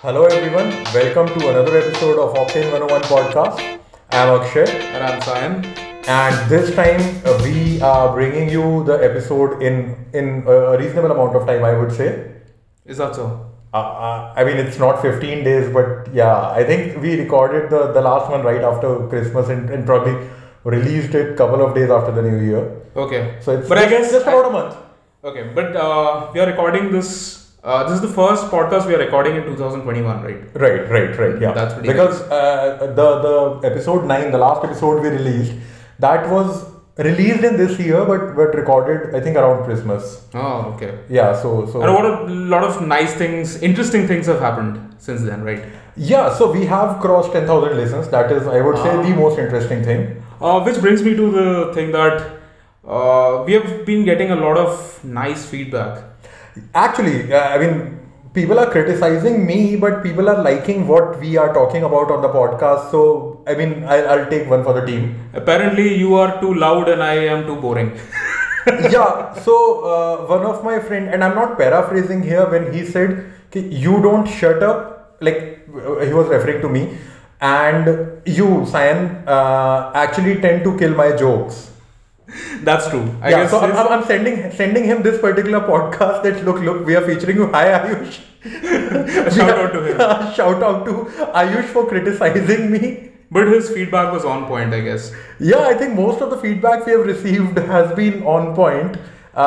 Hello everyone, welcome to another episode of Octane 101 podcast. I'm Akshay, And I'm Sayan. and this time uh, we are bringing you the episode in in a reasonable amount of time, I would say. Is that so? Uh, uh, I mean, it's not 15 days, but yeah, I think we recorded the, the last one right after Christmas and, and probably released it couple of days after the new year. Okay. So it's but I guess just about a month. okay. But uh, we are recording this. Uh, this is the first podcast we are recording in 2021, right? Right, right, right. Yeah, That's pretty because uh, the the episode nine, the last episode we released, that was released in this year, but but recorded I think around Christmas. Oh, okay. Yeah, so so And what a lot of nice things, interesting things have happened since then, right? yeah, so we have crossed ten thousand listens. That is, I would say, Ah. the most interesting thing. Uh, which brings me to the thing that uh, we have been getting a lot of nice feedback. Actually, uh, I mean, people are criticizing me, but people are liking what we are talking about on the podcast. So I mean, I'll, I'll take one for the team. Apparently, you are too loud and I am too boring. yeah so uh, one of my friend and i'm not paraphrasing here when he said "Ki you don't shut up like uh, he was referring to me and you Sayan uh, actually tend to kill my jokes That's true. I yeah guess so uh, I'm, it's- I'm- I'm sending sending him this particular podcast that look look we are featuring you hi Ayush shout out to him. shout out to Ayush for criticizing me But his feedback was on point, I guess. Yeah, I think most of the feedback we have received has been on point,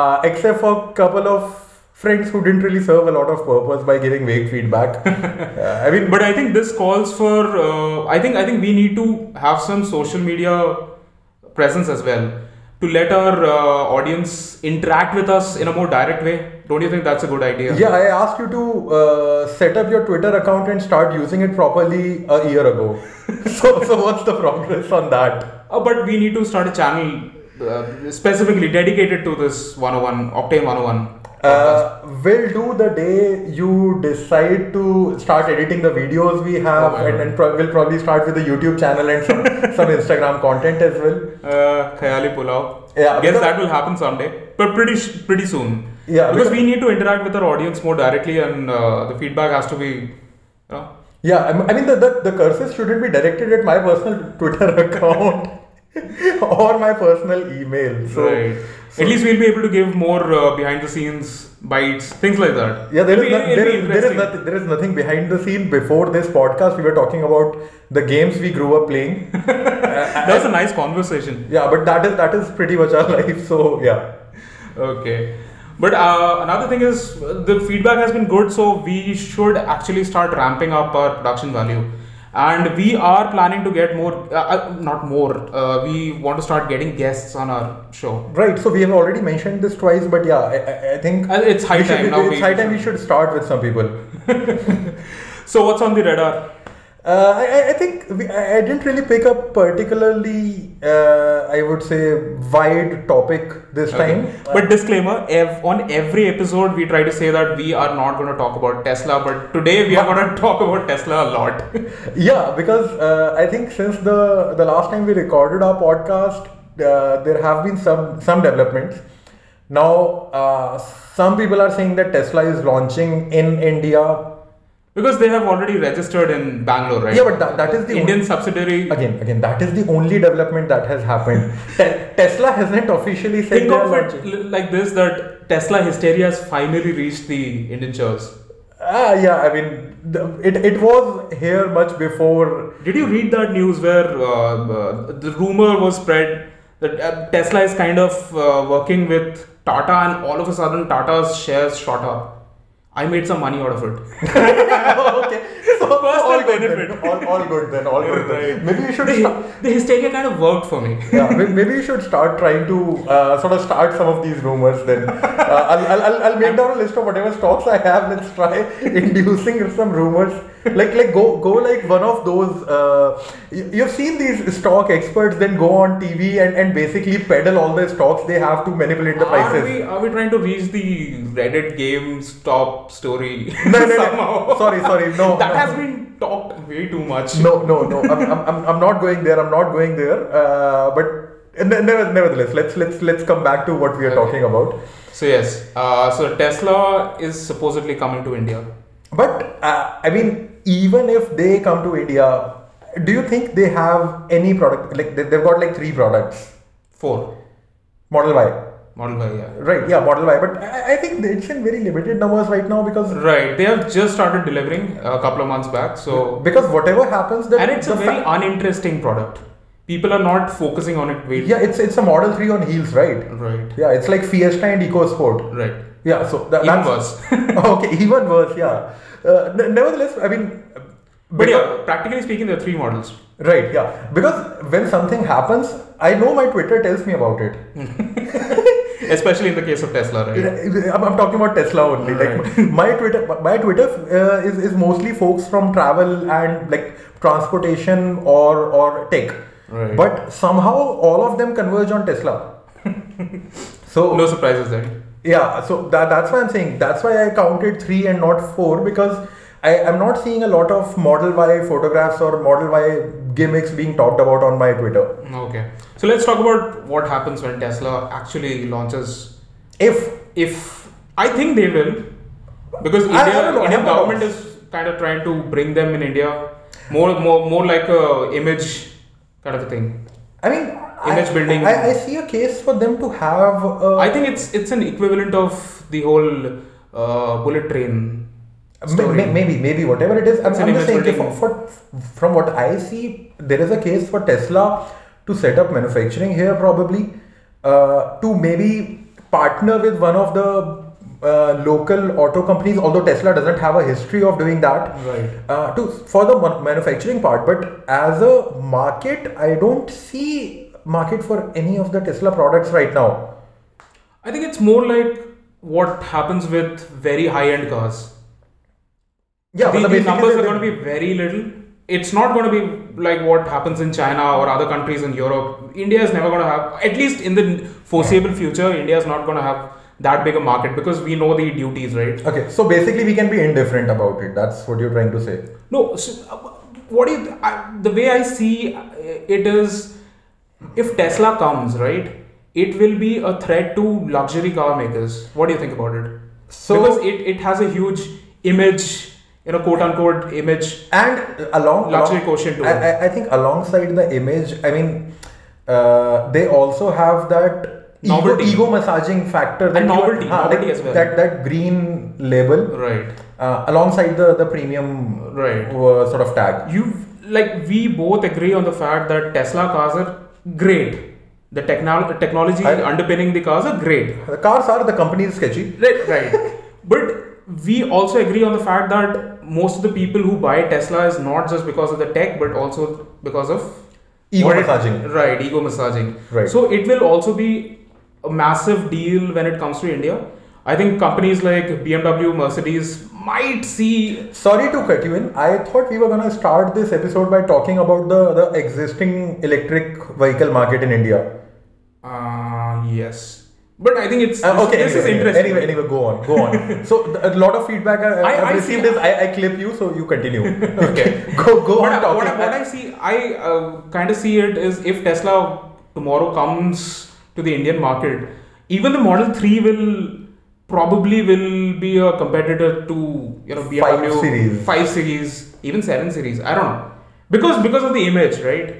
uh, except for a couple of friends who didn't really serve a lot of purpose by giving vague feedback. Uh, I mean, But I think this calls for. Uh, I think I think we need to have some social media presence as well to let our uh, audience interact with us in a more direct way. Don't you think that's a good idea? yeah, I asked you to uh, set up your Twitter account and start using it properly a year ago. so, so what's the progress on that? Uh, but we need to start a channel uh, specifically dedicated to this 101 Octane 101. Uh, will do the day you decide to start editing the videos we have, Oh my and, God. and pro- we'll probably start with the YouTube channel and some, some Instagram content as well. Uh, Khayali Pulao. Yeah, Guess because- that will happen someday, but pretty sh- pretty soon. Yeah, Because, because- we need to interact with our audience more directly, and uh, the feedback has to be, you know, Yeah, I m- I mean, the, the, the curses shouldn't be directed at my personal Twitter account or my personal email. So, right. At least we'll be able to give more uh, behind the scenes bites, things like that. yeah, there is, It'll no, be- it'll there, be is, there, is interesting. nothing, there is nothing behind the scene. Before this podcast, we were talking about the games we grew up playing. That was a nice conversation. yeah, but that is that is pretty much our life. So, yeah. Okay. But uh, another thing is uh, the feedback has been good, so we should actually start ramping up our production value. And we are planning to get more, uh, uh, not more, uh, we want to start getting guests on our show. Right, so we have already mentioned this twice, but yeah, I, I, I think Uh, it's high we should- time we- now It's we- high time we should start with some people. So, what's on the radar? Uh, I, I- I think we, I I didn't really pick up particularly, uh, I would say, wide topic this time. But disclaimer: ev- on every episode, we try to say that we are not going to talk about Tesla, but today we are going to talk about Tesla a lot. Yeah, because uh, I think since the the last time we recorded our podcast, uh, there have been some some developments. Now, uh, some people are saying that Tesla is launching in India. because they have already registered in Bangalore, right? Yeah, but that- that is the Indian subsidiary. Again, again, that is the only development that has happened. Te- Tesla hasn't officially said Think they are of it launching. l- like this: that Tesla hysteria has finally reached the Indian shores. Ah, yeah, I mean, the, it, it was here much before. Did you read that news where uh, uh, the rumor was spread that uh, Tesla is kind of uh, working with Tata, and all of a sudden Tata's shares shot up? I made some money out of it. okay, so so all Personal good then. benefit. All, all good then, all good then. Maybe you should the, start. the hysteria kind of worked for me. Yeah, may- maybe you should start trying to uh, sort of start some of these rumors then. Uh, I'll, I'll, I'll, I'll make down a list of whatever stocks I have. Let's try inducing some rumors. Like like go go like one of those. Uh, you, you've seen these stock experts then go on TV and, and basically peddle all the stocks they have to manipulate the prices. Are we are we trying to reach the Reddit game stop story? no, no, somehow? no. Sorry, sorry. No, that no. has been talked way too much. no, no, no. I'm, I'm, I'm, I'm not going there. I'm not going there. Uh, but ne- never- nevertheless, let's let's let's come back to what we are Okay. talking about. So yes, uh, so Tesla is supposedly coming to India. But uh, I mean, even if they come to India, do you think they have any product? Like they, they've got like three products. Four. Model Y, Model Y, yeah. right? Yeah, Model Y. But I, I think it's in very limited numbers right now because Right. They have just started delivering a couple of months back. So because whatever happens, that and it's a the very fa- uninteresting product. People are not focusing on it. Wait. yeah, it's it's a Model Three on heels, right? Right. Yeah, it's like Fiesta and EcoSport. Right. Yeah, so that, Even that's worse. okay, even worse. Yeah. Uh, ne- nevertheless, I mean, But yeah, practically speaking, there are three models. Right, yeah. Because when something happens, I know my Twitter tells me about it. Especially in the case of Tesla, right? I'm, I'm talking about Tesla only. Like my Twitter, my Twitter uh, is is mostly folks from travel and like transportation or or tech. Right. But somehow all of them converge on Tesla. so No surprises then. yeah, so that, that's why I'm saying that's why I counted three and not four because I, I'm not seeing a lot of Model Y photographs or Model Y gimmicks being talked about on my Twitter. Okay. So let's talk about what happens when Tesla actually launches. If If I think they will, because I- I India, don't know, I Indian have my government is kind of trying to bring them in India more, more, more like a image kind of a thing. I mean, Image I, building. I, I see a case for them to have. Uh, I think it's it's an equivalent of the whole uh, bullet train may- story. may- maybe, maybe whatever it is. I'm, It's an I'm just saying, image for, for, from what I see, there is a case for Tesla to set up manufacturing here, probably uh, to maybe partner with one of the uh, local auto companies. Although Tesla doesn't have a history of doing that, Right. Uh, to for the mon- manufacturing part, but as a market, I don't see market for any of the Tesla products right now. I think it's more like what happens with very high-end cars. Yeah, the, but the basically numbers they- are they- going to be very little. It's not going to be like what happens in China or other countries in Europe. India is never going to have, at least in the foreseeable future, India is not going to have that big a market because we know the duties, right? Okay, so basically we can be indifferent about it. That's what you're trying to say. No, so, uh, what do you, I, the way I see uh, it is if Tesla comes, right, it will be a threat to luxury car makers. What do you think about it? So- because it, it has a huge image, you know, quote unquote image. And along Luxury along- quotient to I, it. I, I think alongside the image, I mean, uh, they also have that ego- Novelty. ego, massaging factor that And you- novelty, ah, novelty like as well. That that green label Right. uh, alongside the the premium Right. uh, sort of tag. you like we both agree on the fact that tesla cars are great the technol- technology I- underpinning the cars are great The cars are the company is sketchy. right right but we also agree on the fact that most of the people who buy tesla is not just because of the tech but also because of Ego what it- massaging. right ego massaging Right. so it will also be a massive deal when it comes to india i think companies like bmw mercedes might see Sorry to cut you in. I thought we were gonna start this episode by talking about the, the existing electric vehicle market in India. Uh, yes. But I think it's Uh, this- okay, this anyway, is interesting. Anyway, anyway, go on, go on. so th- a lot of feedback I, I, I- have I received see- is I, I clip you, so you continue. Okay. go go what, on I, talking. what, I, what I see, I uh, kind of see it is if Tesla tomorrow comes to the Indian market, even the Model Three will probably will be a competitor to you know BMW Five series. five series, even seven series. I don't know because because of the image, right?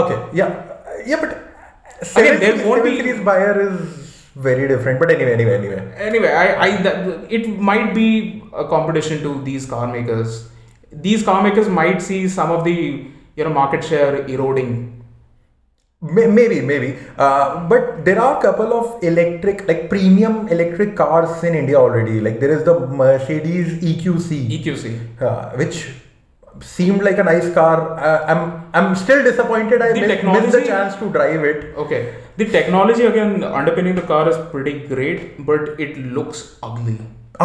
okay, yeah, Uh, yeah, but seven there series, won't seven be- series buyer is very different. But anyway, anyway, anyway. Anyway, I, I that, it might be a competition to these car makers. These car makers might see some of the you know market share eroding. May- Maybe, maybe. Uh, but there are a couple of electric, like premium electric cars in India already. Like there is the Mercedes E EQC, EQC. uh, which seemed like a nice car. Uh, I'm I'm still disappointed. I The missed, missed the technology- chance to drive it. Okay. The technology again underpinning the car is pretty great, but it looks ugly.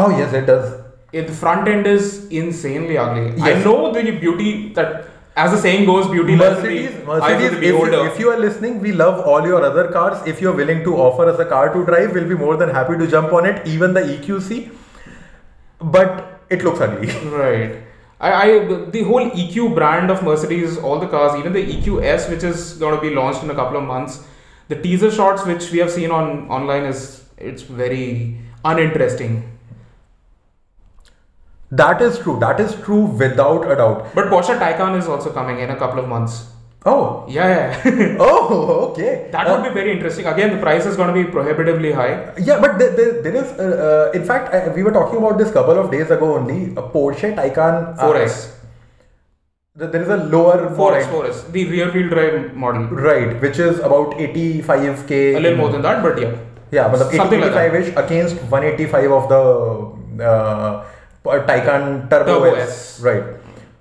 Oh yes, it does. It, the front end is insanely ugly. I Yes. know the beauty that, as the saying goes, beauty lies in the Mercedes, eyes of Mercedes. the If you, beholder. if you are listening, we love all your other cars. If you are willing to offer us a car to drive, we'll be more than happy to jump on it. Even the EQC, but it looks ugly. Right. I, I the whole EQ brand of Mercedes, all the cars, even the EQS, which is going to be launched in a couple of months. The teaser shots which we have seen on online is it's very uninteresting. That is true. That is true without a doubt. But Porsche Taycan is also coming in a couple of months. Oh. Yeah, yeah. Oh, okay. that would be very interesting. Again, the price is going to be prohibitively high. Yeah, but there, there, there is, uh, uh, in fact, uh, we were talking about this couple of days ago only. A Porsche Taycan. uh, 4S, th- there is a lower 4S, variant, 4S, the rear-wheel drive model. Right, which is about 85k. A little more than that, but yeah. Yeah, but the Something like that. 85 ish against 185 of the uh, Taycan Turbo, Turbo S. Right.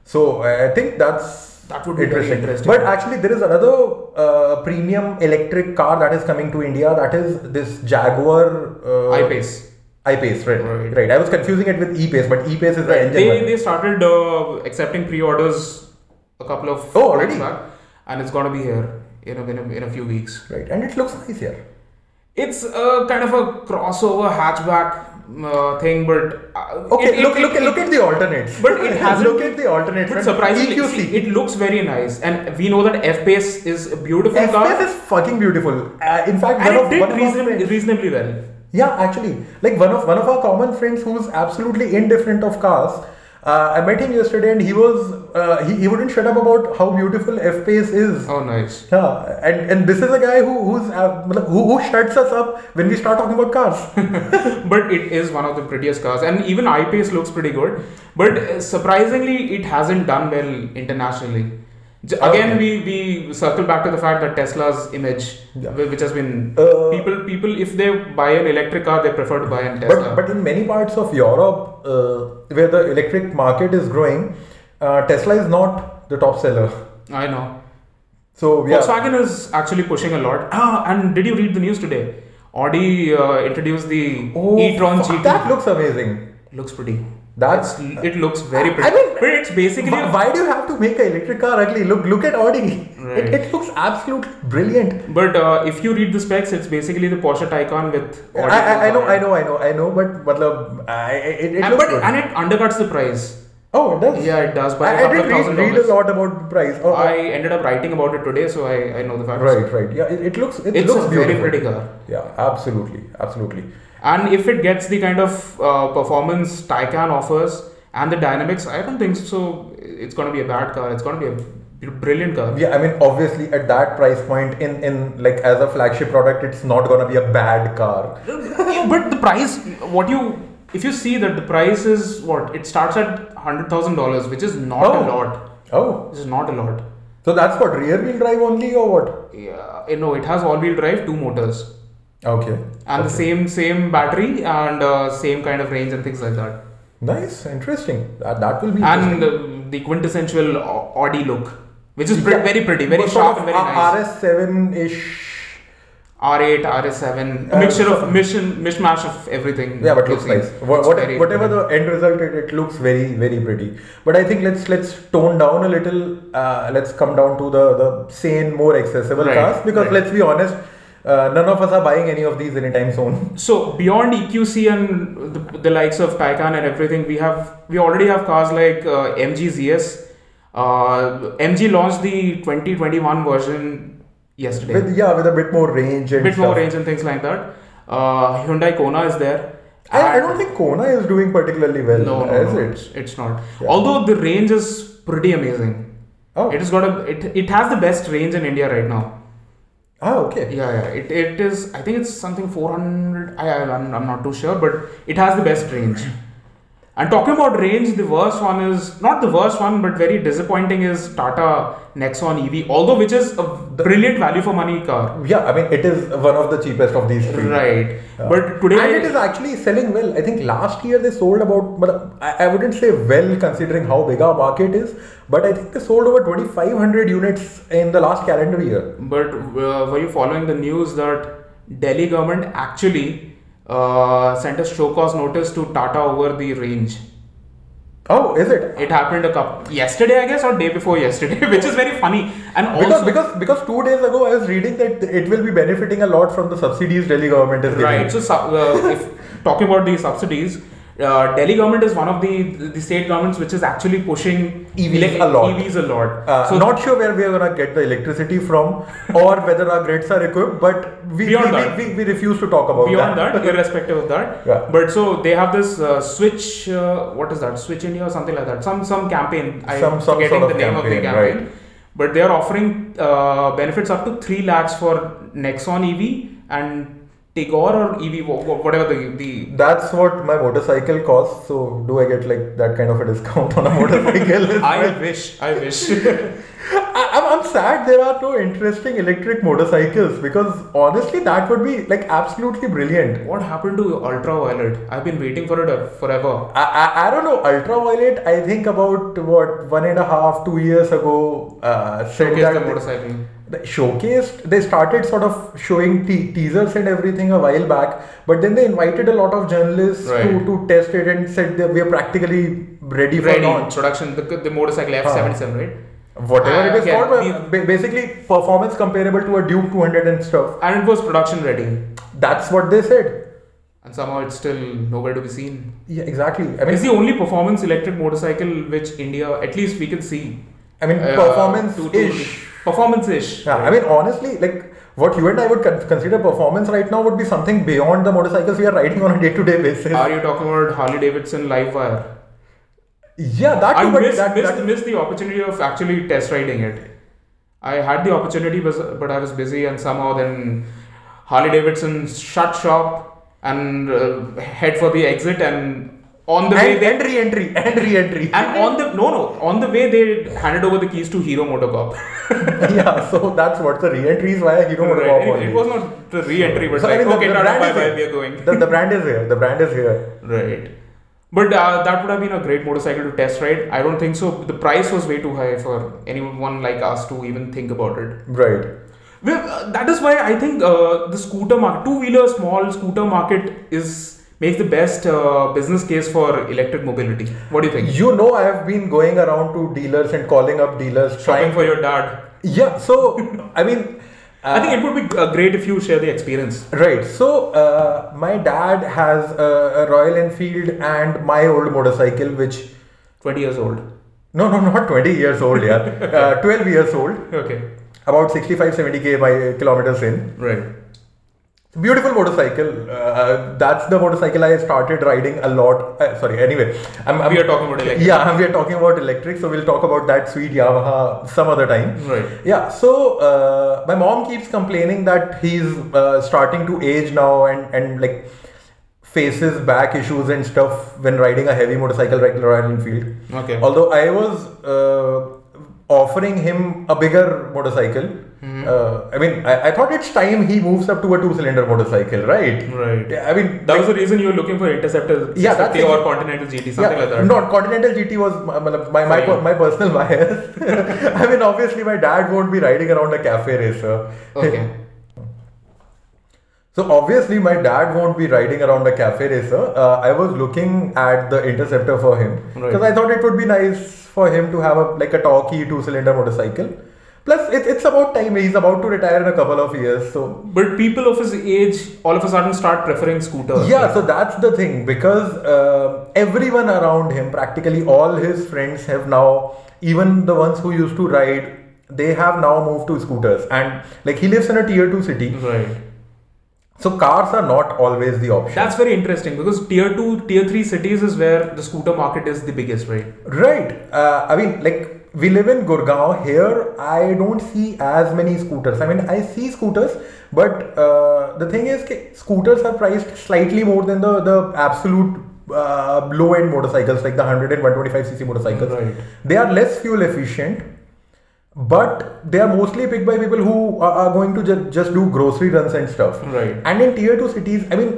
So I think that's That would be very interesting. But actually, there is another uh, premium electric car that is coming to India. That is this Jaguar uh, I-Pace. I-Pace, right, Right. right? I was confusing it with E E-Pace, but E-Pace is the engine. They, one. they started uh, accepting pre-orders a couple of Oh, months already? back, and it's going to be here in a, in a, in a few weeks. Right, and it looks nice here. It's a kind of a crossover hatchback uh, thing, but uh, Okay, it- it- look it- look it- look at E the alternates. But it hasn't. look at the alternates. But friend. surprisingly, EQC. see, it looks very nice, and we know that F Pace is a beautiful F-Pace car, is fucking beautiful. Uh, in fact, one and it of, one did of our reason, friends- reasonably well. Yeah, actually, like one of one of our common friends who's absolutely indifferent of cars. Uh, I met him yesterday, and he was uh, he, he wouldn't shut up about how beautiful F Pace is. Oh, nice. Yeah, and and this is a guy who who's uh, matlab, who who shuts us up when we start talking about cars. But it is one of the prettiest cars, and even I Pace looks pretty good. But uh, surprisingly, it hasn't done well internationally. J- again, we, we circle back to the fact that Tesla's image, Yeah. whi- which has been Uh, people people if they buy an electric car, they prefer to buy an Tesla. But but in many parts of Europe, uh, where the electric market is growing, uh, Tesla is not the top seller. I know. So yeah, Volkswagen is actually pushing a lot. Ah, and did you read the news today? Audi uh, introduced the Oh, e-tron fuck, GT. that looks amazing. looks pretty. That's- It's- it looks very pretty. I mean- but it's basically Why, why do you have to make an electric car ugly? Look, look at Audi. Right. It, it looks absolutely brilliant. But uh, if you read the specs, it's basically the Porsche Taycan with. I, I, audio I know, component. I know, I know, I know, but matlab, I, it, it And, looks but good. and it undercuts the price. oh, it does. Yeah, it does. By a I, I couple did of read, thousand read a dollars. lot about the price. Oh, I ended up writing about it today, so I, I know the facts. right, right. Yeah, it, it looks. It It's looks a very beautiful. pretty car. Yeah, absolutely, absolutely. And if it gets the kind of uh, performance Taycan offers and the dynamics, I don't think so. It's going to be a bad car. It's going to be a br- brilliant car. Yeah, I mean, obviously, at that price point, in in like as a flagship product, it's not gonna be a bad car. Yeah, but the price, what you. If you see that the price is what? It starts at $100,000, which is not a Oh. lot. Oh, This is not a lot. so that's what rear wheel drive only or what? Yeah, eh, no, it has all-wheel drive, two motors, Okay, and the same same battery and uh, same kind of range and things like that. nice, interesting. That that will be. And uh, the quintessential Au- Audi look, which is pre- Yeah. very pretty, very But sort sharp, of and very nice. RS seven ish. R8, RS7, a Uh, mixture so- of mission mishmash of everything. Yeah, but you've looks seen. nice. What, It's what, very whatever pretty. the end result, it, it looks very very pretty. But I think let's let's tone down a little. Uh, let's come down to the the sane, more accessible Right, cars because right. let's be honest, uh, none of us are buying any of these anytime soon. So beyond EQC and the, the likes of Taycan and everything, we have we already have cars like uh, MG ZS. Uh, MG launched the 2021 version yesterday. With yeah, with a bit more range and bit more stuff. range and things like that. Uh, Hyundai Kona is there. I, I don't think Kona is doing particularly well, no, no, is no, it? it's- it's not. Yeah. Although the range is pretty amazing. Oh. It has got a it, it has the best range in India right now. Ah, okay. Yeah, yeah. It, it is. I think it's something 400. I, I I'm, I'm not too sure, but it has the best range. And talking about range, the worst one is not the worst one, but very disappointing is Tata Nexon EV. Although which is a brilliant value for money car, Yeah, I mean, it is one of the cheapest of these three. right? Yeah. But today and it is actually selling well. I think last year they sold about, but I, I wouldn't say well considering how big our market is, but I think they sold over 2,500 units in the last calendar year. But uh, were you following the news that Delhi government actually uh, sent a show cause notice to Tata over the range? Oh, is it? It happened a couple yesterday, I guess, or day before yesterday, which is very funny. And Because, also, because because two days ago I was reading that it will be benefiting a lot from the subsidies Delhi government is giving. right? So, sub- uh, if talking about the subsidies, Uh, Delhi government is one of the the state governments which is actually pushing EVs E a lot. EVs a lot. Uh, not sure where we are gonna get the electricity from, or whether our grids are equipped. But we we, Beyond that. we, we, we refuse to talk about beyond that, irrespective of that. Oh, Yeah. But so they have this uh, switch. Uh, what is that? Switch India or something like that. Some some campaign. I'm Some- some forgetting sort the of name of the campaign, campaign. But they are offering uh, benefits up to three lakhs for Nexon EV and Tigor or EV wha- wha- whatever the the. That's what my motorcycle costs. So do I get like that kind of a discount on a motorcycle? I wish. I wish. I, I'm, I'm sad there are no interesting electric motorcycles because honestly that would be like absolutely brilliant. what happened to Ultraviolet? I've been waiting for it uh, forever. I, I, I don't know ultraviolet. I think about what one and a half two years ago uh, said Showcase that they- the motorcycle. they showcased they started sort of showing te- teasers and everything a while back but then they invited a lot of journalists to, Right. to test it and said that we are practically ready for Ready launch introduction. The, the motorcycle F77, right? whatever Ah, it is okay. called We- but ba- basically performance comparable to a duke 200 and stuff And it was production ready. that's what they said and somehow it's still nowhere to be seen. yeah exactly i mean It's the only performance electric motorcycle which India, at least we can see. i mean uh, performance to- to- ish Performance-ish. yeah i mean honestly like what you and i would con- consider performance right now would be something beyond the motorcycles we are riding on a day-to-day basis Are you talking about Harley Davidson live wire? yeah that I too, but missed, that, missed, that- missed the opportunity of actually test riding it. I had the opportunity, but, but I was busy, and somehow then Harley Davidson shut shop and uh, head for the exit, and on the way and, they and re-entry and re-entry and on the no no on the way they handed over the keys to Hero Motorcorp. yeah so that's what the re-entry is why you don't want to Right. go It, it was not the re-entry, but So, I like, mean, the- okay, the Tata, brand bye is bye, here. we are going. the, the brand is here the brand is here right. But uh, that would have been a great motorcycle to test ride. I don't think so. The price was way too high for anyone like us to even think about it. right Well, uh, that is why I think uh, the scooter market, two-wheeler, small scooter market is makes the best uh, business case for electric mobility. What do you think? you know i have been going around to dealers and calling up dealers Shopping trying for your dad. yeah so i mean I think it would be uh, great if you share the experience. Right. So uh, my dad has a, a Royal Enfield and my old motorcycle, which Twenty years old. no, no, not 20 years old, yeah, uh, 12 years old, Okay. about 65, 70 k by kilometers in. Right. Beautiful motorcycle. Uh, that's the motorcycle I started riding a lot. Uh, sorry. Anyway, I'm, I'm- We are talking about electric. Yeah, we are talking about electric, so we'll talk about that sweet Yamaha some other time. Right. Yeah. So uh, my mom keeps complaining that he's uh, starting to age now and and like faces back issues and stuff when riding a heavy motorcycle like Royal Enfield. Okay. Although I was uh, offering him a bigger motorcycle. Hmm. Uh, I mean, I, I thought it's time he moves up to a two-cylinder motorcycle, right? Right. I mean, That was the reason you were looking for Interceptor Yeah, that's 650 or Continental GT, something like that. Not Continental GT was my my, my, Fine. per- my personal bias. I mean, obviously, my dad won't be riding around a cafe racer. Okay. So obviously, my dad won't be riding around a cafe racer. Uh, I was looking at the interceptor for him Right. because I thought it would be nice for him to have a like a talky two-cylinder motorcycle. Plus, it, it's about time. He's about to retire in a couple of years, so But people of his age all of a sudden start preferring scooters. Yeah, so that's the thing because uh, everyone around him, practically all his friends, have now, even the ones who used to ride, they have now moved to scooters. And like he lives in a tier 2 city, Right. so cars are not always the option. That's very interesting because tier 2, tier 3 cities is where the scooter market is the biggest, right? Right. Uh, I mean, like we live in Gurgaon. Here, I don't see as many scooters. I mean, I see scooters, but uh, the thing is, ki- scooters are priced slightly more than the the absolute uh, low end motorcycles, like the 100 and 125 cc motorcycles. Right. They are less fuel efficient. But they are mostly picked by people who are, are going to ju- just do grocery runs and stuff. Right. And in tier two cities, I mean,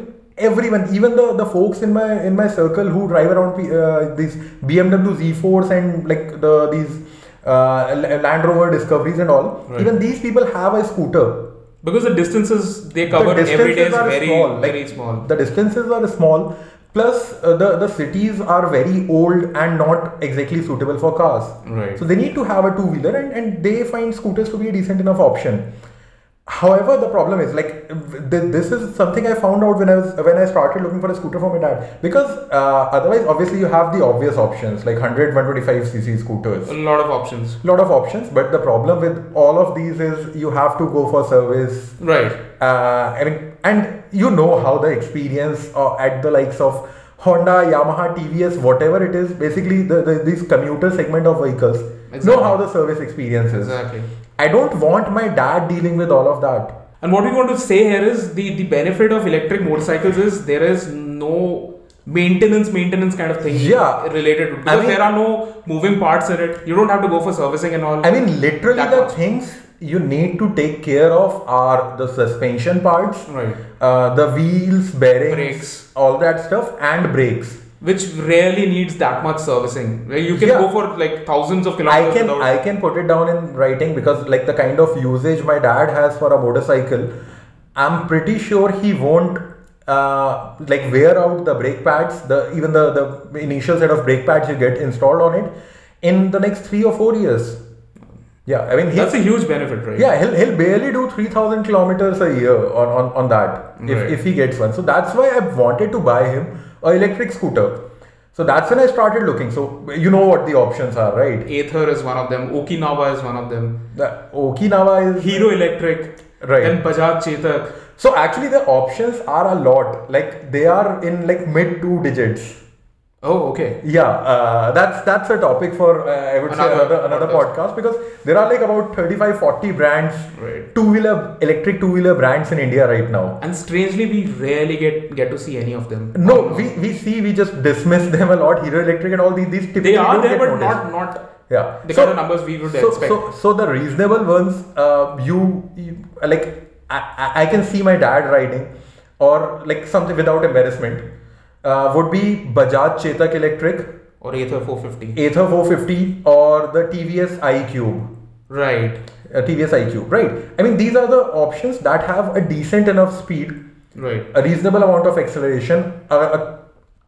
everyone, even the, the folks in my in my circle who drive around P- uh, these BMW Z4s and like the these uh, L- Land Rover Discoveries and all, Right. even these people have a scooter. Because the distances they cover the every day is distances are very, small. like, very small. The distances are small. Plus, uh, the the cities are very old and not exactly suitable for cars. Right. So they need to have a two wheeler, and, and they find scooters to be a decent enough option. However, the problem is like th- this is something I found out when I was when I started looking for a scooter for my dad because uh, otherwise obviously you have the obvious options like 100 125 cc scooters A lot of options. lot of options but the problem with all of these is you have to go for service Right. uh, I mean, and you know how the experience uh, at the likes of Honda, Yamaha, TVS, whatever it is, basically the, the these commuter segment of vehicles, know Exactly. how the service experience is. Exactly. I don't want my dad dealing with all of that. And what we want to say here is the, the benefit of electric motorcycles is there is no maintenance maintenance kind of thing Yeah. related to because I mean- there are no moving parts in it. You don't have to go for servicing and all. I mean, literally, That the much. things you need to take care of are the suspension parts, right. uh, the wheels, bearings, Brakes. all that stuff, and brakes. Which rarely needs that much servicing. Where you can Yeah. go for like thousands of I kilometers can without I can put it down in writing because like the kind of usage my dad has for a motorcycle, I'm pretty sure he won't uh, like wear out the brake pads. The even the the initial set of brake pads you get installed on it in the next three or four years. Yeah, I mean he, that's a huge benefit, right? yeah he'll he'll barely do three thousand kilometers a year on on on that if Right. if he gets one. So that's why I wanted to buy him a electric scooter. So that's when I started looking. So you know what the options are, right? Aether is one of them, Okinawa is one of them, The Okinawa is Hero Electric, Right. then Bajaj Chetak. so actually the options are a lot. Like they are in like mid two digits. Oh, okay. Yeah, uh, that's that's a topic for uh, I would Another say another, another podcast because there are like about 35 40 brands Right. two wheeler electric two wheeler brands in India right now. And strangely, we rarely get get to see any of them. No, we, we see we just dismiss them a lot. Hero Electric and all these these typically they are don't there, get but noticed. not not yeah. So- the kind of numbers we would so, expect. So, so the reasonable ones, uh, you, you like, I, I- I can see my dad riding, or like something without embarrassment, uh, would be Bajaj Chetak Electric, or Aether 450. Aether 450, or the TVS iQube. Right, Uh, TVS iQube, right? I mean, these are the options that have a decent enough speed, right. a reasonable amount of acceleration. Uh, uh,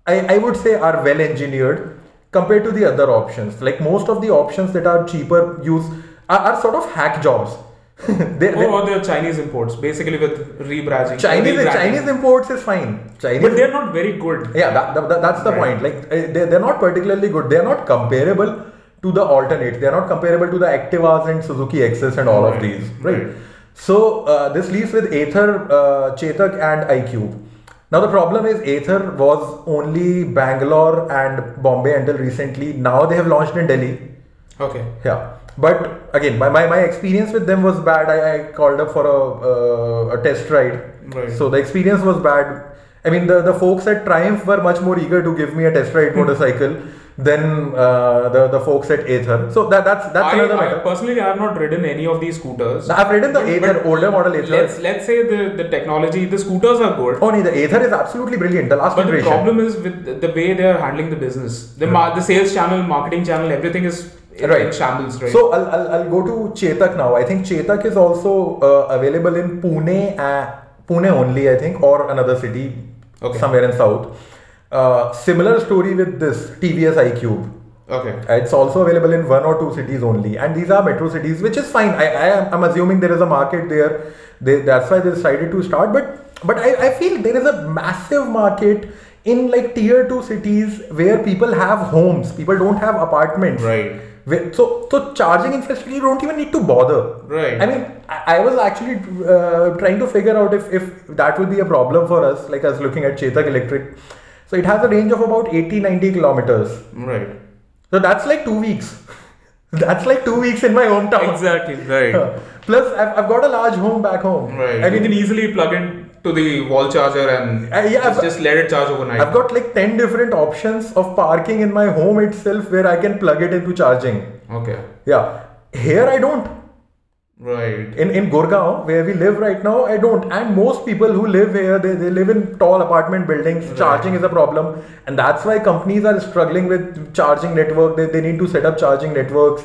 I, I would say are well engineered compared to the other options. Like most of the options that are cheaper use are, are sort of hack jobs. they, Or, they, or the Chinese imports, basically with rebranding. Chinese rebranding. Chinese imports is fine. Chinese, but they're not very good. yeah, that, that, that- that's the Right. point. Like uh, they they're not particularly good. They're not comparable to the alternates. They're not comparable to the Activas and Suzuki Xs and all of Right. these, right? Right. So uh, this leaves with Aether, uh, Chetak, and iQube. Now the problem is Aether was only Bangalore and Bombay until recently. Now they have launched in Delhi. Okay. Yeah, but again, my, my, my experience with them was bad. I, I called up for a, uh, a test ride. Right. So the experience was bad. I mean, the, the folks at Triumph were much more eager to give me a test ride motorcycle Hmm. than uh, the, the folks at Aether. So that, that's that's I, another I matter. personally I have not ridden any of these scooters. I've ridden the But- Aether, but older model Let's Aether. let's say the, the technology, the scooters are good. Oh, no, the Aether is absolutely brilliant. The last But the iteration. problem is with the- the way they are handling the business. The ma- the sales channel, marketing channel, everything is in, in Hmm. Right. shambles, right? So I'll, I'll, I'll go to Chetak now. I think Chetak is also uh, available in Pune, uh, Pune only, I think, or another city Okay. somewhere in South. Uh, similar story with this TVS iQube. okay. It's also available in one or two cities only, and these are metro cities, which is fine. I, I am I'm assuming there is a market there. They, that's why they decided to start. But but I, I feel there is a massive market in like tier two cities where people have homes. People don't have apartments. Right. Where, so so charging infrastructure you don't even need to bother. Right. I mean, I, I was actually uh, trying to figure out if if that will be a problem for us. Like us looking at Chetak Electric. So it has a range of about 80 90 kilometers. Right. So that's like two weeks. That's like two weeks in my hometown. Exactly. Right. Plus, I've, I've got a large home back home. right. I you can mean, easily plug in to the wall charger and Uh, yeah, just, I've- just let it charge overnight. I've got like 10 different options of parking in my home itself where I can plug it into charging. okay. Yeah. Here I don't. Right. In, in Gurgaon, where we live right now, I don't. And most people who live here, they, they live in tall apartment buildings. Charging is a problem. And that's why companies are struggling with charging network. They, they need to set up charging networks.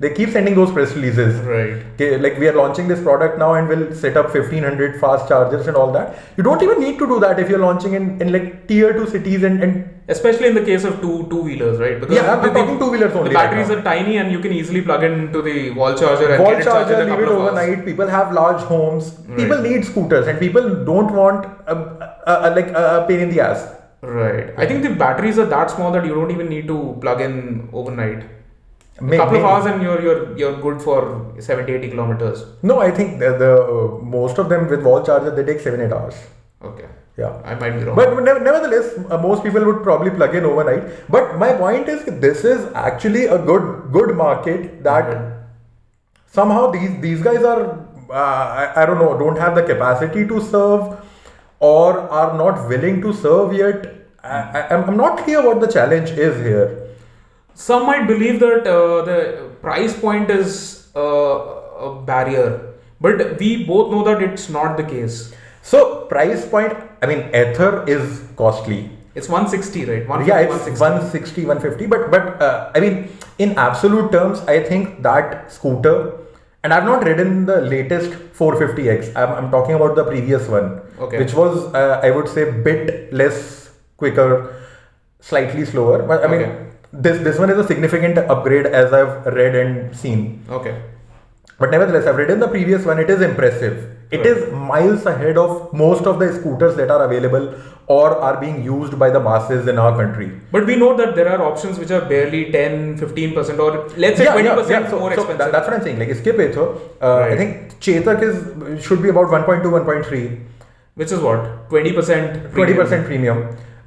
They keep sending those press releases. Right. Okay, like we are launching this product now and we'll set up 1500 fast chargers and all that. You don't even need to do that if you're launching in, in like tier 2 cities and, and Especially in the case of two two wheelers, right? Yeah, I'm talking two-wheelers only The right batteries now. are tiny, and you can easily plug into the wall charger and wall get it charged charger, in a leave it couple of hours. overnight. People have large homes. People need scooters and people don't want a, a, a, like a pain in the ass. Right. I think the batteries are that small that you don't even need to plug in overnight. May- a may- couple of hours and you're you're you're good for 70 80 kilometers. No, I think the, the uh, most of them with wall charger they take seven eight hours. Okay. Yeah. I might be wrong. But nev- nevertheless, uh, most people would probably plug in overnight. But my point is, that this is actually a good good market that somehow these these guys are uh, I, I don't know don't have the capacity to serve or are not willing to serve yet. I, I, I'm- I'm not clear what the challenge is here. Some might believe that uh, the price point is uh, a barrier, but we both know that it's not the case. So price point. I mean, ether is costly. It's 160, right? 150, yeah it's 160 160. 150 but but uh, i mean in absolute terms i think that scooter and i've not ridden the latest 450x i'm, I'm talking about the previous one Okay. which was uh, i would say bit less quicker slightly slower but i mean Okay. this this one is a significant upgrade as i've read and seen Okay. but nevertheless, I've written the previous one. It is impressive. It is miles ahead of most of the scooters that are available or are being used by the masses in our country. But we know that there are options which are barely 10, 15% or let's say 20% So, more so expensive. that- that's what I'm saying. Like skip Ether. Uh, I Right. think Chetak is should be about 1.2, 1.3, which is what? 20% 20 premium. percent premium.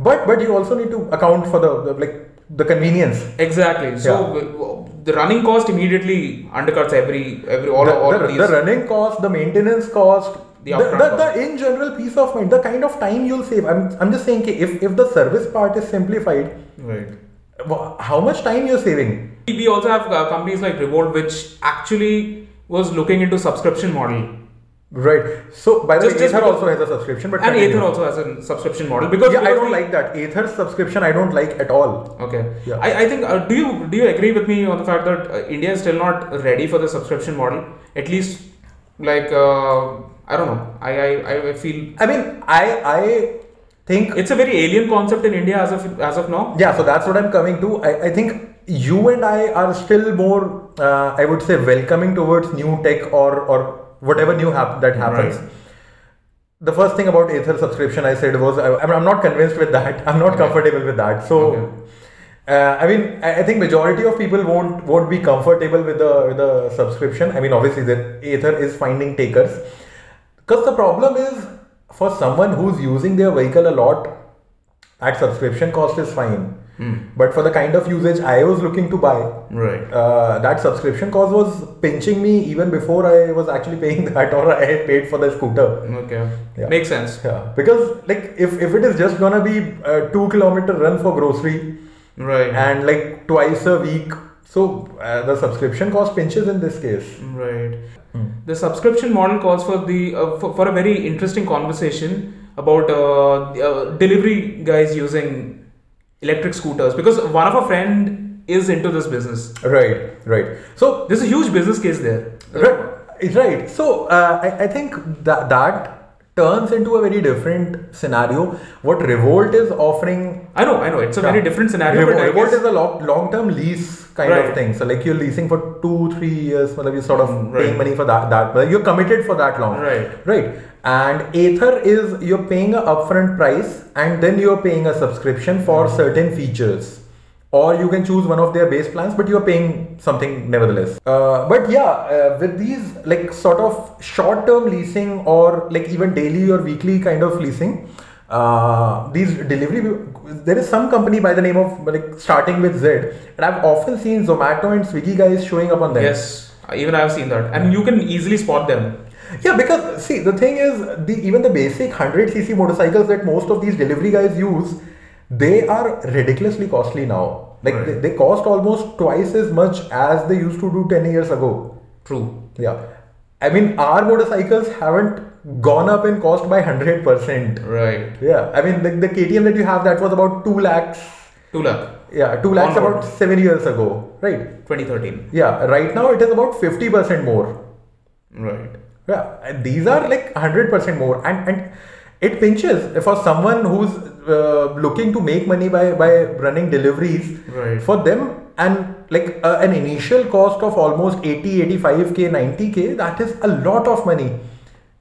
But but you also need to account for the, the like the convenience. Exactly. So Yeah. w- w- the running cost immediately undercuts every every all, the, all the, of these. the running cost, the maintenance cost, The the, upfront the, cost. the in general peace of mind, the kind of time you'll save. I'm, I'm just saying, ki if, if the service part is simplified, Right. wha- how much time you're saving? We we also have uh, companies like Revolt, which actually was looking into subscription model, Right. So by the Just- way, just Ether because- also has a subscription, but and continue. Aether also has a subscription model because, yeah, I because don't the- like that. Ether subscription, I don't like at all. Okay. Yeah. I, I think uh, do you do you agree with me on the fact that uh, India is still not ready for the subscription model? At least like uh, I don't know. I I, I feel I mean, I I think it's a very alien concept in India as of as of now. yeah. So that's what I'm coming to. I, I think you and I are still more, uh, I would say, welcoming towards new tech or or whatever new hap- that happens. Right. The first thing about Ether subscription I said was I, I'm I'm not convinced with that. I'm not Okay. comfortable with that. So. Okay. Uh, I mean, I I think majority of people won't won't be comfortable with the with the subscription. I mean, obviously, that Ether is finding takers. Because the problem is for someone who's using their vehicle a lot, that subscription cost is fine. But for the kind of usage I was looking to buy, Hmm. Right. uh, that subscription cost was pinching me even before I was actually paying that or I had paid for the scooter. Okay. Yeah. Makes sense. Yeah, because like if, if it is just gonna be a two kilometer run for grocery Right. and like twice a week, so uh, the subscription cost pinches in this case. Right. Hmm. The subscription model calls for the uh, for, for a very interesting conversation about uh, the, uh, delivery guys using electric scooters because one of our friend is into this business. Right, right. So There's a huge business case there. Right. Right. So uh, I, I think that that turns into a very different scenario. What Revolt is offering. I know, I know. It's a Yeah. very different scenario. Revolt, but I Revolt guess- is a long, long-term lease kind of Right. Mm, thing. So like you're leasing for two, three years. Matlab, you're sort of right. paying money for that. That but you're committed for that long. Right. Right. And Ether is you're paying a upfront price and then you're paying a subscription for certain features. Or you can choose one of their base plans, but you're paying something nevertheless. Uh, but yeah, uh, with these like sort of short-term leasing or like even daily or weekly kind of leasing, uh, these delivery there is some company by the name of like starting with Z, and I've often seen Zomato and Swiggy guys showing up on them. yes, even I have seen that, and you can easily spot them. Yeah, because see, the thing is, the even the basic 100cc motorcycles that most of these delivery guys use, they are ridiculously costly now. Like Right. they, they cost almost twice as much as they used to do 10 years ago. True. Yeah. I mean, our motorcycles haven't gone up in cost by 100%. Right. Yeah. I mean, like the KTM that you have, that was about 2 lakhs Two lakh. yeah, two lakhs Onward. about seven years ago, right? 2013. Yeah, right now it is about fifty percent more. Right. Yeah, and these are like 100% more, and and it pinches for someone who's uh, looking to make money by by running deliveries. Right. For them, and like uh, an initial cost of almost 80, 85k, 90k, that is a lot of money.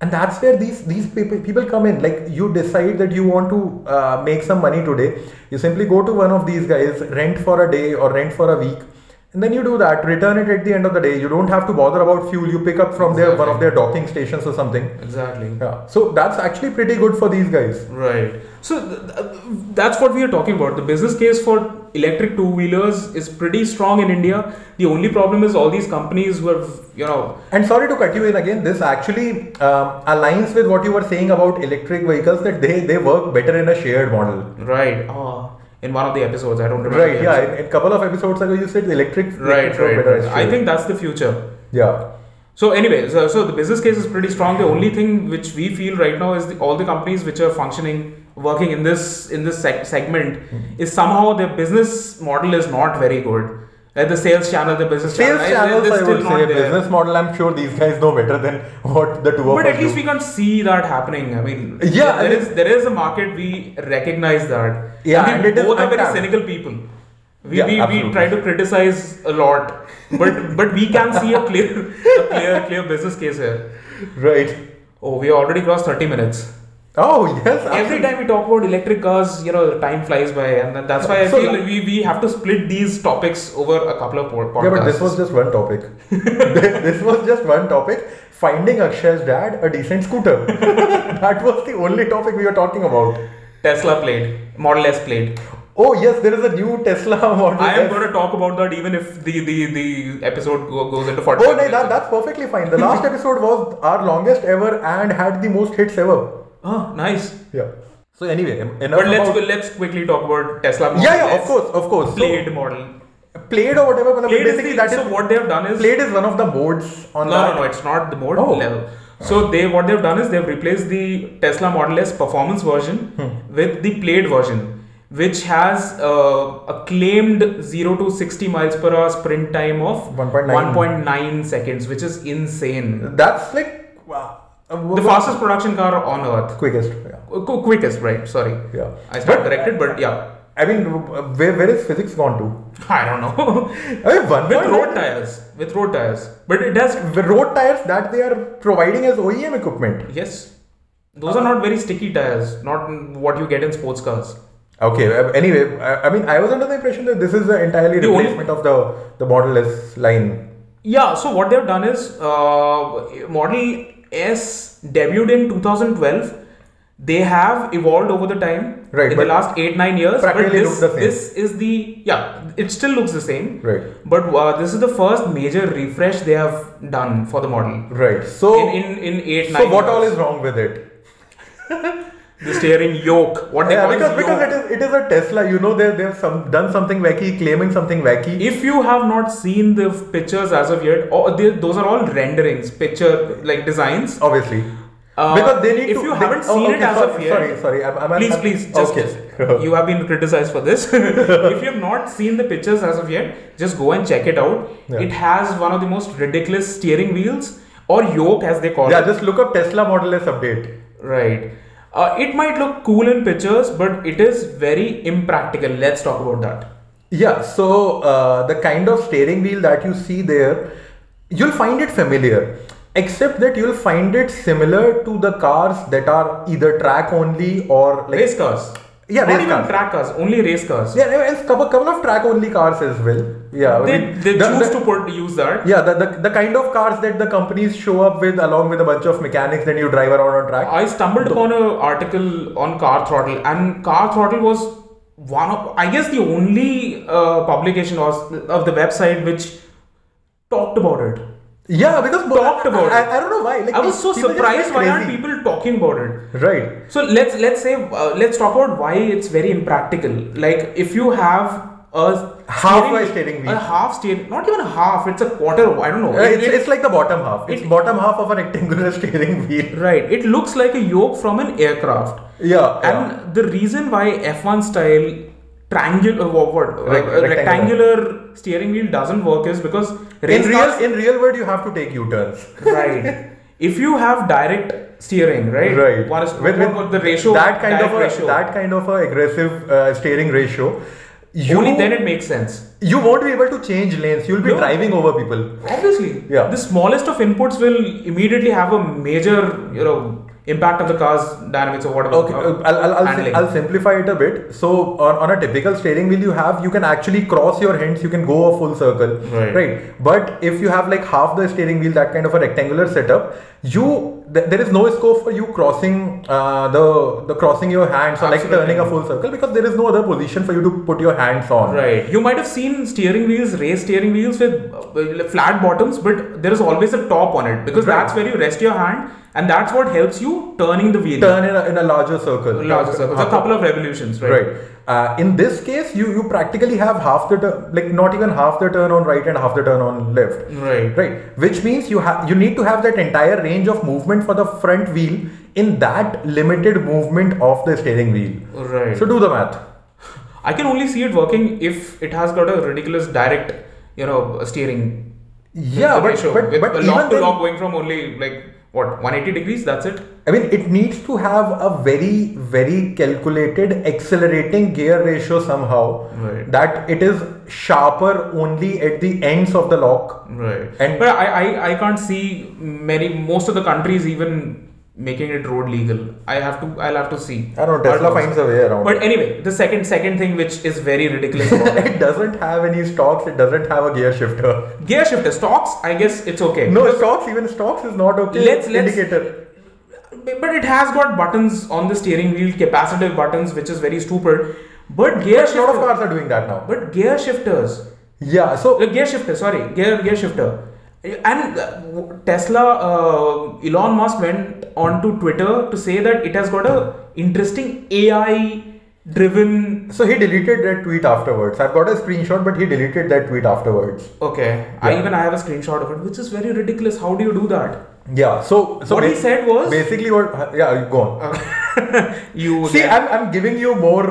And that's where these these people people come in. Like you decide that you want to uh, make some money today, you simply go to one of these guys, rent for a day or rent for a week, and then you do that. Return it at the end of the day. You don't have to bother about fuel. You pick up from their one of Exactly. their docking stations or something. Exactly. Yeah. So that's actually pretty good for these guys. Right. So th- th- that's what we are talking about. The business case for electric two-wheelers is pretty strong in India. The only problem is all these companies who have, you know, And sorry to cut you in again. This actually um, aligns with what you were saying about electric vehicles that they they work better in a shared model. right. Oh, in one of the episodes, I don't remember. Right. the Yeah. episode. In, in couple of episodes ago, you said electric. Right. vehicles work Right. better as right. I shared. think that's the future. Yeah. So anyway, so, so the business case is pretty strong. The only thing which we feel right now is the, all the companies which are functioning, working in this in this seg- segment, Hmm. is somehow their business model is not very good. Like the sales channel, the business Sales channel, channels, they're I still would not say, there. business model. I'm sure these guys know better than what the two of But us at least do. we can't see that happening. I mean, Yeah, I there mean- is there is a market. We recognize that. Yeah, I mean, and it is both are very untapped. cynical people. We, Yeah, we, we absolutely. try to criticize a lot, but but we can see a clear a clear clear business case here. Right. Oh, we already crossed thirty minutes. Oh yes. Every absolutely. time we talk about electric cars, you know, the time flies by, and that- that's why I So- feel we, we have to split these topics over a couple of po- podcasts. Yeah, but this was just one topic. this was just one topic. Finding Akshay's dad a decent scooter. that was the only topic we were talking about. Tesla plate, Model S plate. Oh yes, there is a new Tesla model. I am S. going to talk about that even if the the, the episode go, goes into 40 Oh no, that, that's perfectly fine. The last episode was our longest ever and had the most hits ever. Oh, nice. Yeah. So anyway, em- enough But let's about. let's quickly talk about Tesla Model yeah, yeah, of S, course, of course. So, Played model. played or whatever. but Played is basically, the- that is so what they have done is played is one of the modes on no, that. no, no, it's not the mode Oh. level. So they what they've done is they've replaced the Tesla Model S performance version Hmm. with the played version, which has uh, a claimed 0 to 60 miles per hour sprint time of 1.9. 1.9 seconds, which is insane. That's like wow. The fastest production car on earth. quickest. Yeah. Qu- quickest, right? Sorry. Yeah. I stand But- corrected, but yeah. I mean, w- where, where is physics gone to? I don't know. I mean, one with point- road tires. With road tires. But it has. the road tires that they are providing as OEM equipment. Yes. Those are not very sticky tires, not what you get in sports cars. Okay. uh, Anyway, I, I mean, I was under the impression that this is the entirely The only- replacement of the the Model S line. Yeah, so what they've done is uh, Model S debuted in 2012. They have evolved over the time Right, in the but last eight nine years. But practically this, look the same. this is the yeah, it still looks the same. Right. But uh, this is the first major refresh they have done for the model. Right. So in in, in eight so nine. what years. all is wrong with it? the steering yoke? What they Yeah, call because is because yoke. it is it is a Tesla. You know they they've some done something wacky, claiming something wacky. If you have not seen the f- pictures as of yet, or they, those are all renderings, picture like designs. Obviously. Uh, because they need if to. you they- haven't oh, seen okay, it as sorry, of yet, Sorry, sorry. I'm, I'm, please, I'm- please, just, just- you have been criticized for this. if you have not seen the pictures as of yet, just go and check it out. Yeah. It has one of the most ridiculous steering wheels or yoke, as they call yeah, it. just look up Tesla Model S update. Right. Uh, it might look cool in pictures, but it is very impractical. Let's talk about that. Yeah, so uh, the kind of steering wheel that you see there, you'll find it familiar, except that you'll find it similar to the cars that are either track only or like race cars. Yeah, Not race even cars. track cars. Only race cars. yeah, and a couple, couple of track only cars as well. Yeah, I They, mean, they the- choose the- to put use that. yeah the, the the kind of cars that the companies show up with along with a bunch of mechanics that you drive around on track. I stumbled upon an article on Car Throttle, and Car Throttle was one of, I guess, the only uh, publication was of the website which talked about it. Yeah, because Talked about I, it. I, I don't know why. Like I was so people just surprised get why aren't crazy. people talking about it. Right. So let's let's say uh, let's talk about why it's very impractical. Like if you have a Halfway steering wheel. a half steering, not even a half, it's a quarter. I don't know. Uh, It- it's, it's like the bottom half. It's it- bottom half of a rectangular steering wheel. it- right, it looks like a yoke from an aircraft. Yeah. And the reason why F1 style triangular what, what uh, Rec- uh, rectangular. steering wheel doesn't work is because In race real cars- in real world, you have to take U-turns. right if you have direct steering right Right. what is With- what- with what the ratio that kind of direct a, ratio that kind of a aggressive uh, steering ratio. You, only then it makes sense you won't be able to change lanes. You'll be No. driving over people. obviously Yeah. the smallest of inputs will immediately have a major you know impact on the car's dynamics or whatever Okay, uh, uh, I'll, I'll, I'll, si- handling. I'll simplify it a bit. So on, on a typical steering wheel you have, you can actually cross your hands, you can go a full circle, Right. But if you have like half the steering wheel, that kind of a rectangular setup, you th- there is no scope for you crossing uh, the the crossing your hands or like Absolutely. turning a full circle because there is no other position for you to put your hands on. Right. You might have seen steering wheels, race steering wheels with uh, flat bottoms, but there is always a top on it because Right. that's where you rest your hand, and that's what helps you turning the wheel. Turn in a, in a larger circle. Larger circles, a couple of revolutions, right? Right. Uh, in this case, you you practically have half the turn, like not even half the turn on right and half the turn on left. Right. Right, which means you have you need to have that entire range of movement for the front wheel in that limited movement of the steering wheel. Right. So do the math. I can only see it working if it has got a ridiculous direct, you know, steering. Yeah, but ratio but, Hmm. with but a even lock to then, lock going from only like what 180 degrees. That's it. I mean, it needs to have a very very calculated accelerating gear ratio somehow Right. that it is sharper only at the ends of the lock. Right. And- but I, I, I can't see many most of the countries even making it road legal. I have to I'll have to see. I don't know. How it Tesla works. finds a way around. But anyway, the second second thing which is very ridiculous. about it. it doesn't have any stocks. It doesn't have a gear shifter. Gear shifter stocks, I guess it's okay. No stocks. Even stocks is not okay. Let's- let's- indicator. But it has got buttons on the steering wheel, capacitive buttons, which is very stupid. But gear A lot of shifter, cars are doing that now. but gear shifters, Yeah, so Uh, gear shifter, sorry, gear gear shifter. And uh, w- Tesla, uh, Elon Musk went onto Twitter to say that it has got a interesting AI driven. so he deleted that tweet afterwards. I've got a screenshot, but he deleted that tweet afterwards. Okay, I even I have a screenshot of it, which is very ridiculous. How do you do that? Yeah, so so What he said was- basically what uh, yeah you go on. you See, I'm I'm giving you more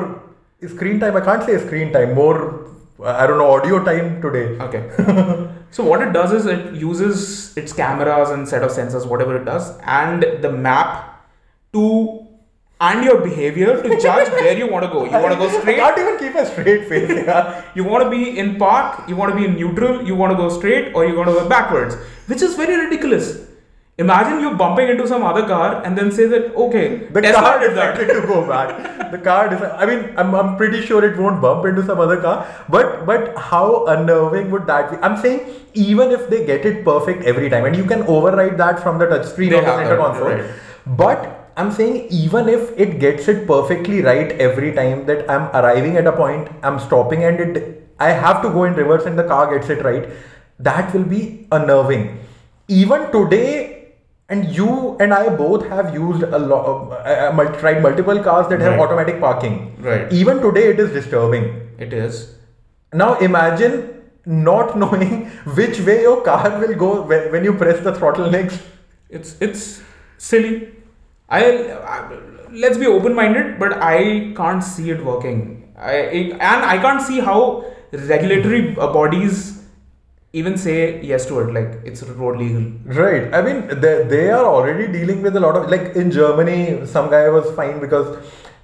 screen time. I can't say screen time. More uh, I don't know audio time today. Okay. so what it does is it uses its cameras and set of sensors, whatever it does, and the map to and your behavior to judge where you want to go. You want to go I straight. can't even keep a straight face. Yeah. You want to be in park. You want to be in neutral. You want to go straight, or you want to go backwards, which is very ridiculous. Imagine you bumping into some other car and then say that okay, The Tesla car did that. decided to go back. The car decided. I mean, I'm, I'm pretty sure it won't bump into some other car. But but how unnerving would that be? I'm saying even if they get it perfect every time, and you can override that from the touchscreen They or the have center that, console. right. But I'm saying even if it gets it perfectly right every time that I'm arriving at a point, I'm stopping, and it I have to go in reverse, and the car gets it right. That will be unnerving. Even today, and you and I both have used a lot, uh, mul- tried multiple cars that have Right. automatic parking. Right. Even today, it is disturbing. It is. Now imagine not knowing which way your car will go when, when you press the throttle next. It's it's silly. I, I let's be open-minded, but I can't see it working. I it, and I can't see how regulatory uh, bodies even say yes to it. Like it's road legal. Right. I mean, they, they are already dealing with a lot of like in Germany, some guy was fined because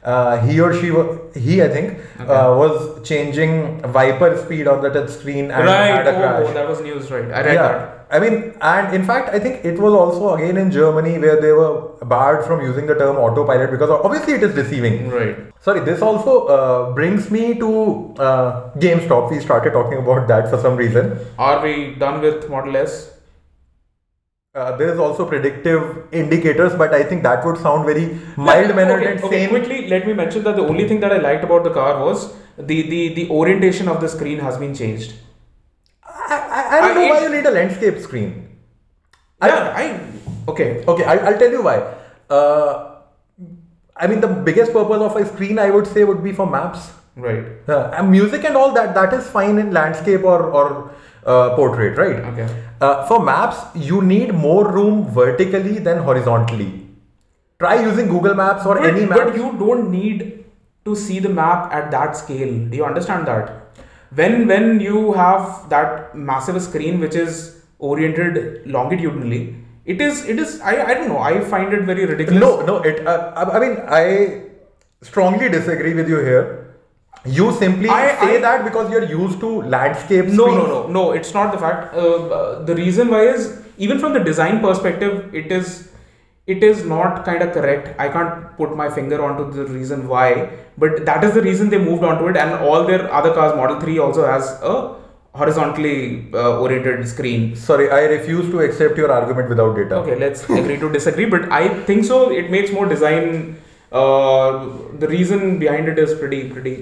uh, he or she wa- he I think uh, was changing wiper speed on the touch screen and right. had a crash. Oh, that was news. Right. I read that. I mean, and in fact, I think it was also again in Germany where they were barred from using the term autopilot because obviously it is deceiving. Right. Sorry, this also uh, brings me to uh, GameStop. We started talking about that for some reason. Are we done with Model S? Uh, there is also predictive indicators, but I think that would sound very mild mannered okay, and okay, sane. quickly let me mention that the only thing that I liked about the car was the the, the orientation of the screen has been changed. I, I, I don't I- know why it- you need a landscape screen. yeah, I okay. Okay, I'll, I'll tell you why. Uh, I mean, the biggest purpose of a screen, I would say, would be for maps. Right. Uh, and music and all that, that is fine in landscape or, or uh, portrait, right? Okay. Uh, for maps, you need more room vertically than horizontally. Try using Google Maps or But, any map. but you don't need to see the map at that scale do you understand that when when you have that massive screen which is oriented longitudinally it is it is i i don't know i find it very ridiculous No, no. It. Uh, I, I mean, I strongly disagree with you here. You simply I- say I- that because you're used to landscapes. no no no no it's not the fact uh, uh, the reason why is even from the design perspective it is it is not kind of correct i can't put my finger onto the reason why but that is the reason they moved onto it and all their other cars model 3 also has a horizontally uh, oriented screen Sorry, I refuse to accept your argument without data. okay let's agree to disagree but i think so it makes more design uh, the reason behind it is pretty pretty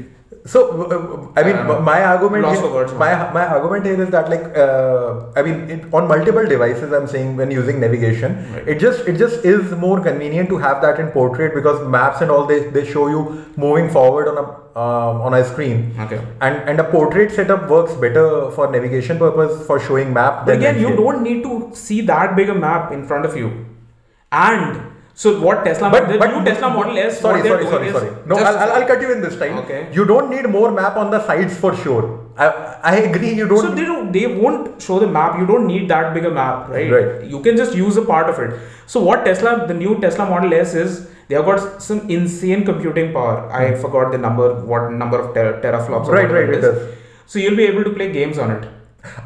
So uh, I mean, I don't know. my argument. Loss here- of words, my my argument here is that like uh, I mean, it, on multiple devices, I'm saying when using navigation, Right. it just it just is more convenient to have that in portrait because maps and all they they show you moving forward on a um, on a screen. okay And, and a portrait setup works better for navigation purpose for showing map. But than again, you landscape. don't need to see that big a map in front of you. And so what Tesla, But, the but new Tesla Model S, Sorry, what they're sorry, doing sorry, is sorry. No, just- I'll, I'll, I'll cut you in this time. Okay. You don't need more map on the sides for sure. I, I agree. You don't. so they don't, they won't show the map. You don't need that big a map, right? Right. You can just use a part of it. So what Tesla, the new Tesla Model S is, they have got some insane computing power. I forgot the number, what number of ter- teraflops. Hmm. or Right, whatever right, it is. does. So you'll be able to play games on it.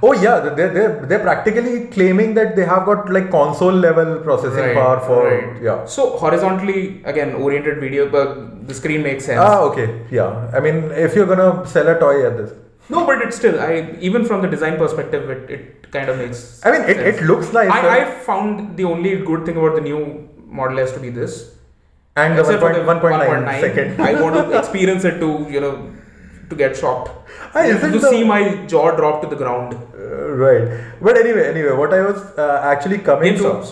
Oh yeah, they're, they're they're practically claiming that they have got like console level processing Right, power for right. yeah. So horizontally, again, oriented video, but the screen makes sense. Ah okay, yeah. I mean, if you're gonna sell a toy at this, No, but it's still I even from the design perspective, it, it kind of makes. I mean, it, sense. it looks nice I, uh, I found the only good thing about the new Model S to be this, and the except for the 1.9 second. I want to experience it to you know to get shocked. Ah, is it to the- see my jaw drop to the ground. Uh, right, but anyway, anyway, what I was uh, actually coming GameStops.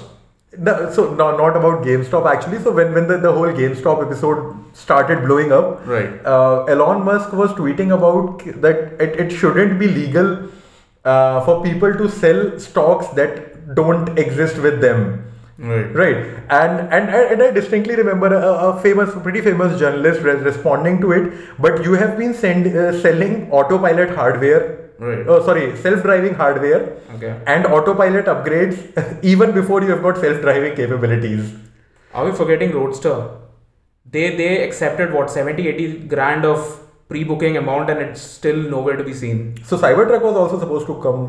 to. No, so no, not about GameStop actually. So when when the, the whole GameStop episode started blowing up, Right. uh, Elon Musk was tweeting about k- that it, it shouldn't be legal uh, for people to sell stocks that don't exist with them. Right. Right, and and and I distinctly remember a, a famous, pretty famous journalist re- responding to it. But you have been send, uh, selling autopilot hardware. Right. Oh, sorry, self-driving hardware Okay. and autopilot upgrades even before you have got self-driving capabilities. Are we forgetting Roadster? They they accepted what 70, 80 grand of pre-booking amount, and it's still nowhere to be seen. So Cybertruck was also supposed to come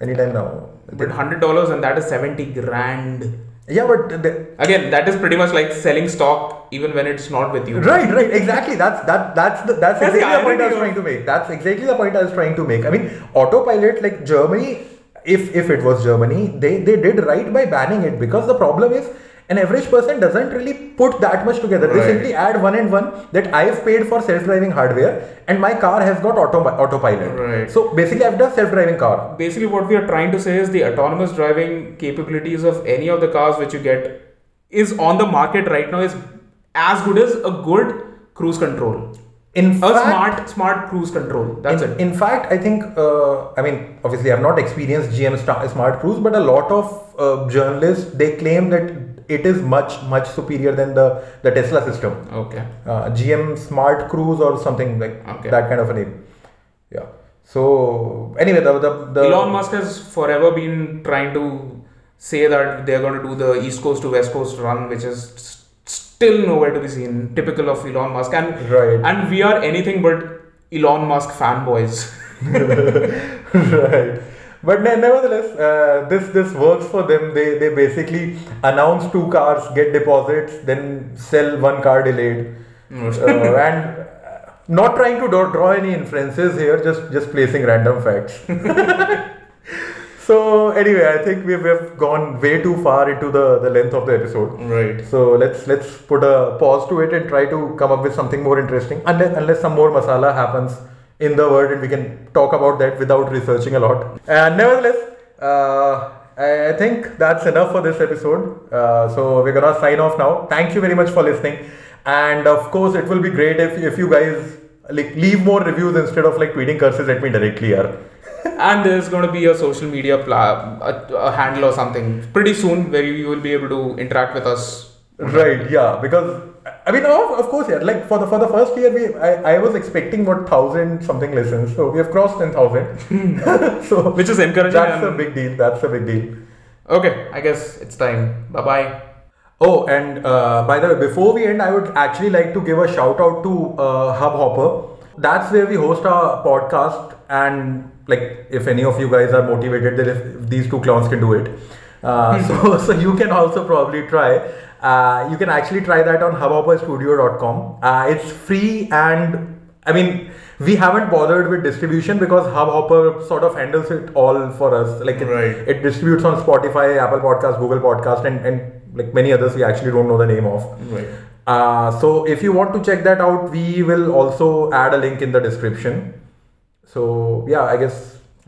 anytime now. But hundred dollars, and that is seventy grand. Yeah, but the, Again, that is pretty much like selling stock even when it's not with you. Right, right, exactly. That's that that's the that's, That's the exactly the point I was irony trying to make. That's exactly the point I was trying to make. I mean, autopilot like Germany, if if it was Germany, they they did right by banning it because the problem is an average person doesn't really put that much together. Right. They simply add one and one that I've paid for self-driving hardware and my car has got auto autopilot. Right. So basically, I've done self-driving car. Basically, what we are trying to say is the autonomous driving capabilities of any of the cars which you get is on the market right now is as good as a good cruise control. In A fact, smart, smart cruise control. That's in, it. in fact, I think, uh, I mean, obviously, I've not experienced GM sta- Smart Cruise, but a lot of uh, journalists they claim that it is much much superior than the the Tesla system, Okay. uh, GM Smart Cruise or something like Okay. that kind of a name. Yeah. So anyway, the the, the Elon Musk has forever been trying to say that they're going to do the East Coast to West Coast run, which is s- still nowhere to be seen. Typical of Elon Musk, and Right. and we are anything but Elon Musk fanboys. right. But ne- nevertheless, uh, this this works for them. They they basically announce two cars, get deposits, then sell one car delayed, uh, and uh, not trying to draw, draw any inferences here. Just just placing random facts. so anyway, I think we we have gone way too far into the the length of the episode. Right. So let's let's put a pause to it and try to come up with something more interesting. Unless unless some more masala happens in the world and we can talk about that without researching a lot. And nevertheless, uh, I I think that's enough for this episode. Uh, so we're gonna sign off now. Thank you very much for listening. And of course, it will be great if if you guys like leave more reviews instead of like tweeting curses at me directly. Here. And there's going to be a social media pla- a, a handle or something pretty soon where you will be able to interact with us Right. Yeah. Because I mean, of, of course, yeah. Like for the for the first year, we I, I was expecting what thousand something listens. So we have crossed ten thousand. so Hmm. Which is encouraging That's a and- big deal. That's a big deal. Okay, I guess it's time. Bye bye. Oh, and uh, by the way, before we end, I would actually like to give a shout out to uh, Hub Hopper. That's where we host our podcast, and like if any of you guys are motivated, then if, if these two clowns can do it, uh, so so you can also probably try. Uh, you can actually try that on hubhopperstudio.com. Uh, it's free and I mean, we haven't bothered with distribution because Hub Hopper sort of handles it all for us. Like it, Right. it distributes on Spotify, Apple Podcast, Google Podcast, and and like many others, we actually don't know the name of. Right. Uh, so if you want to check that out, we will also add a link in the description. So yeah, I guess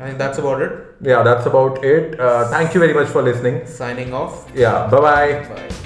I think that's about it. yeah, that's about it. Uh, thank you very much for listening. Signing off. Yeah, bye bye. Bye.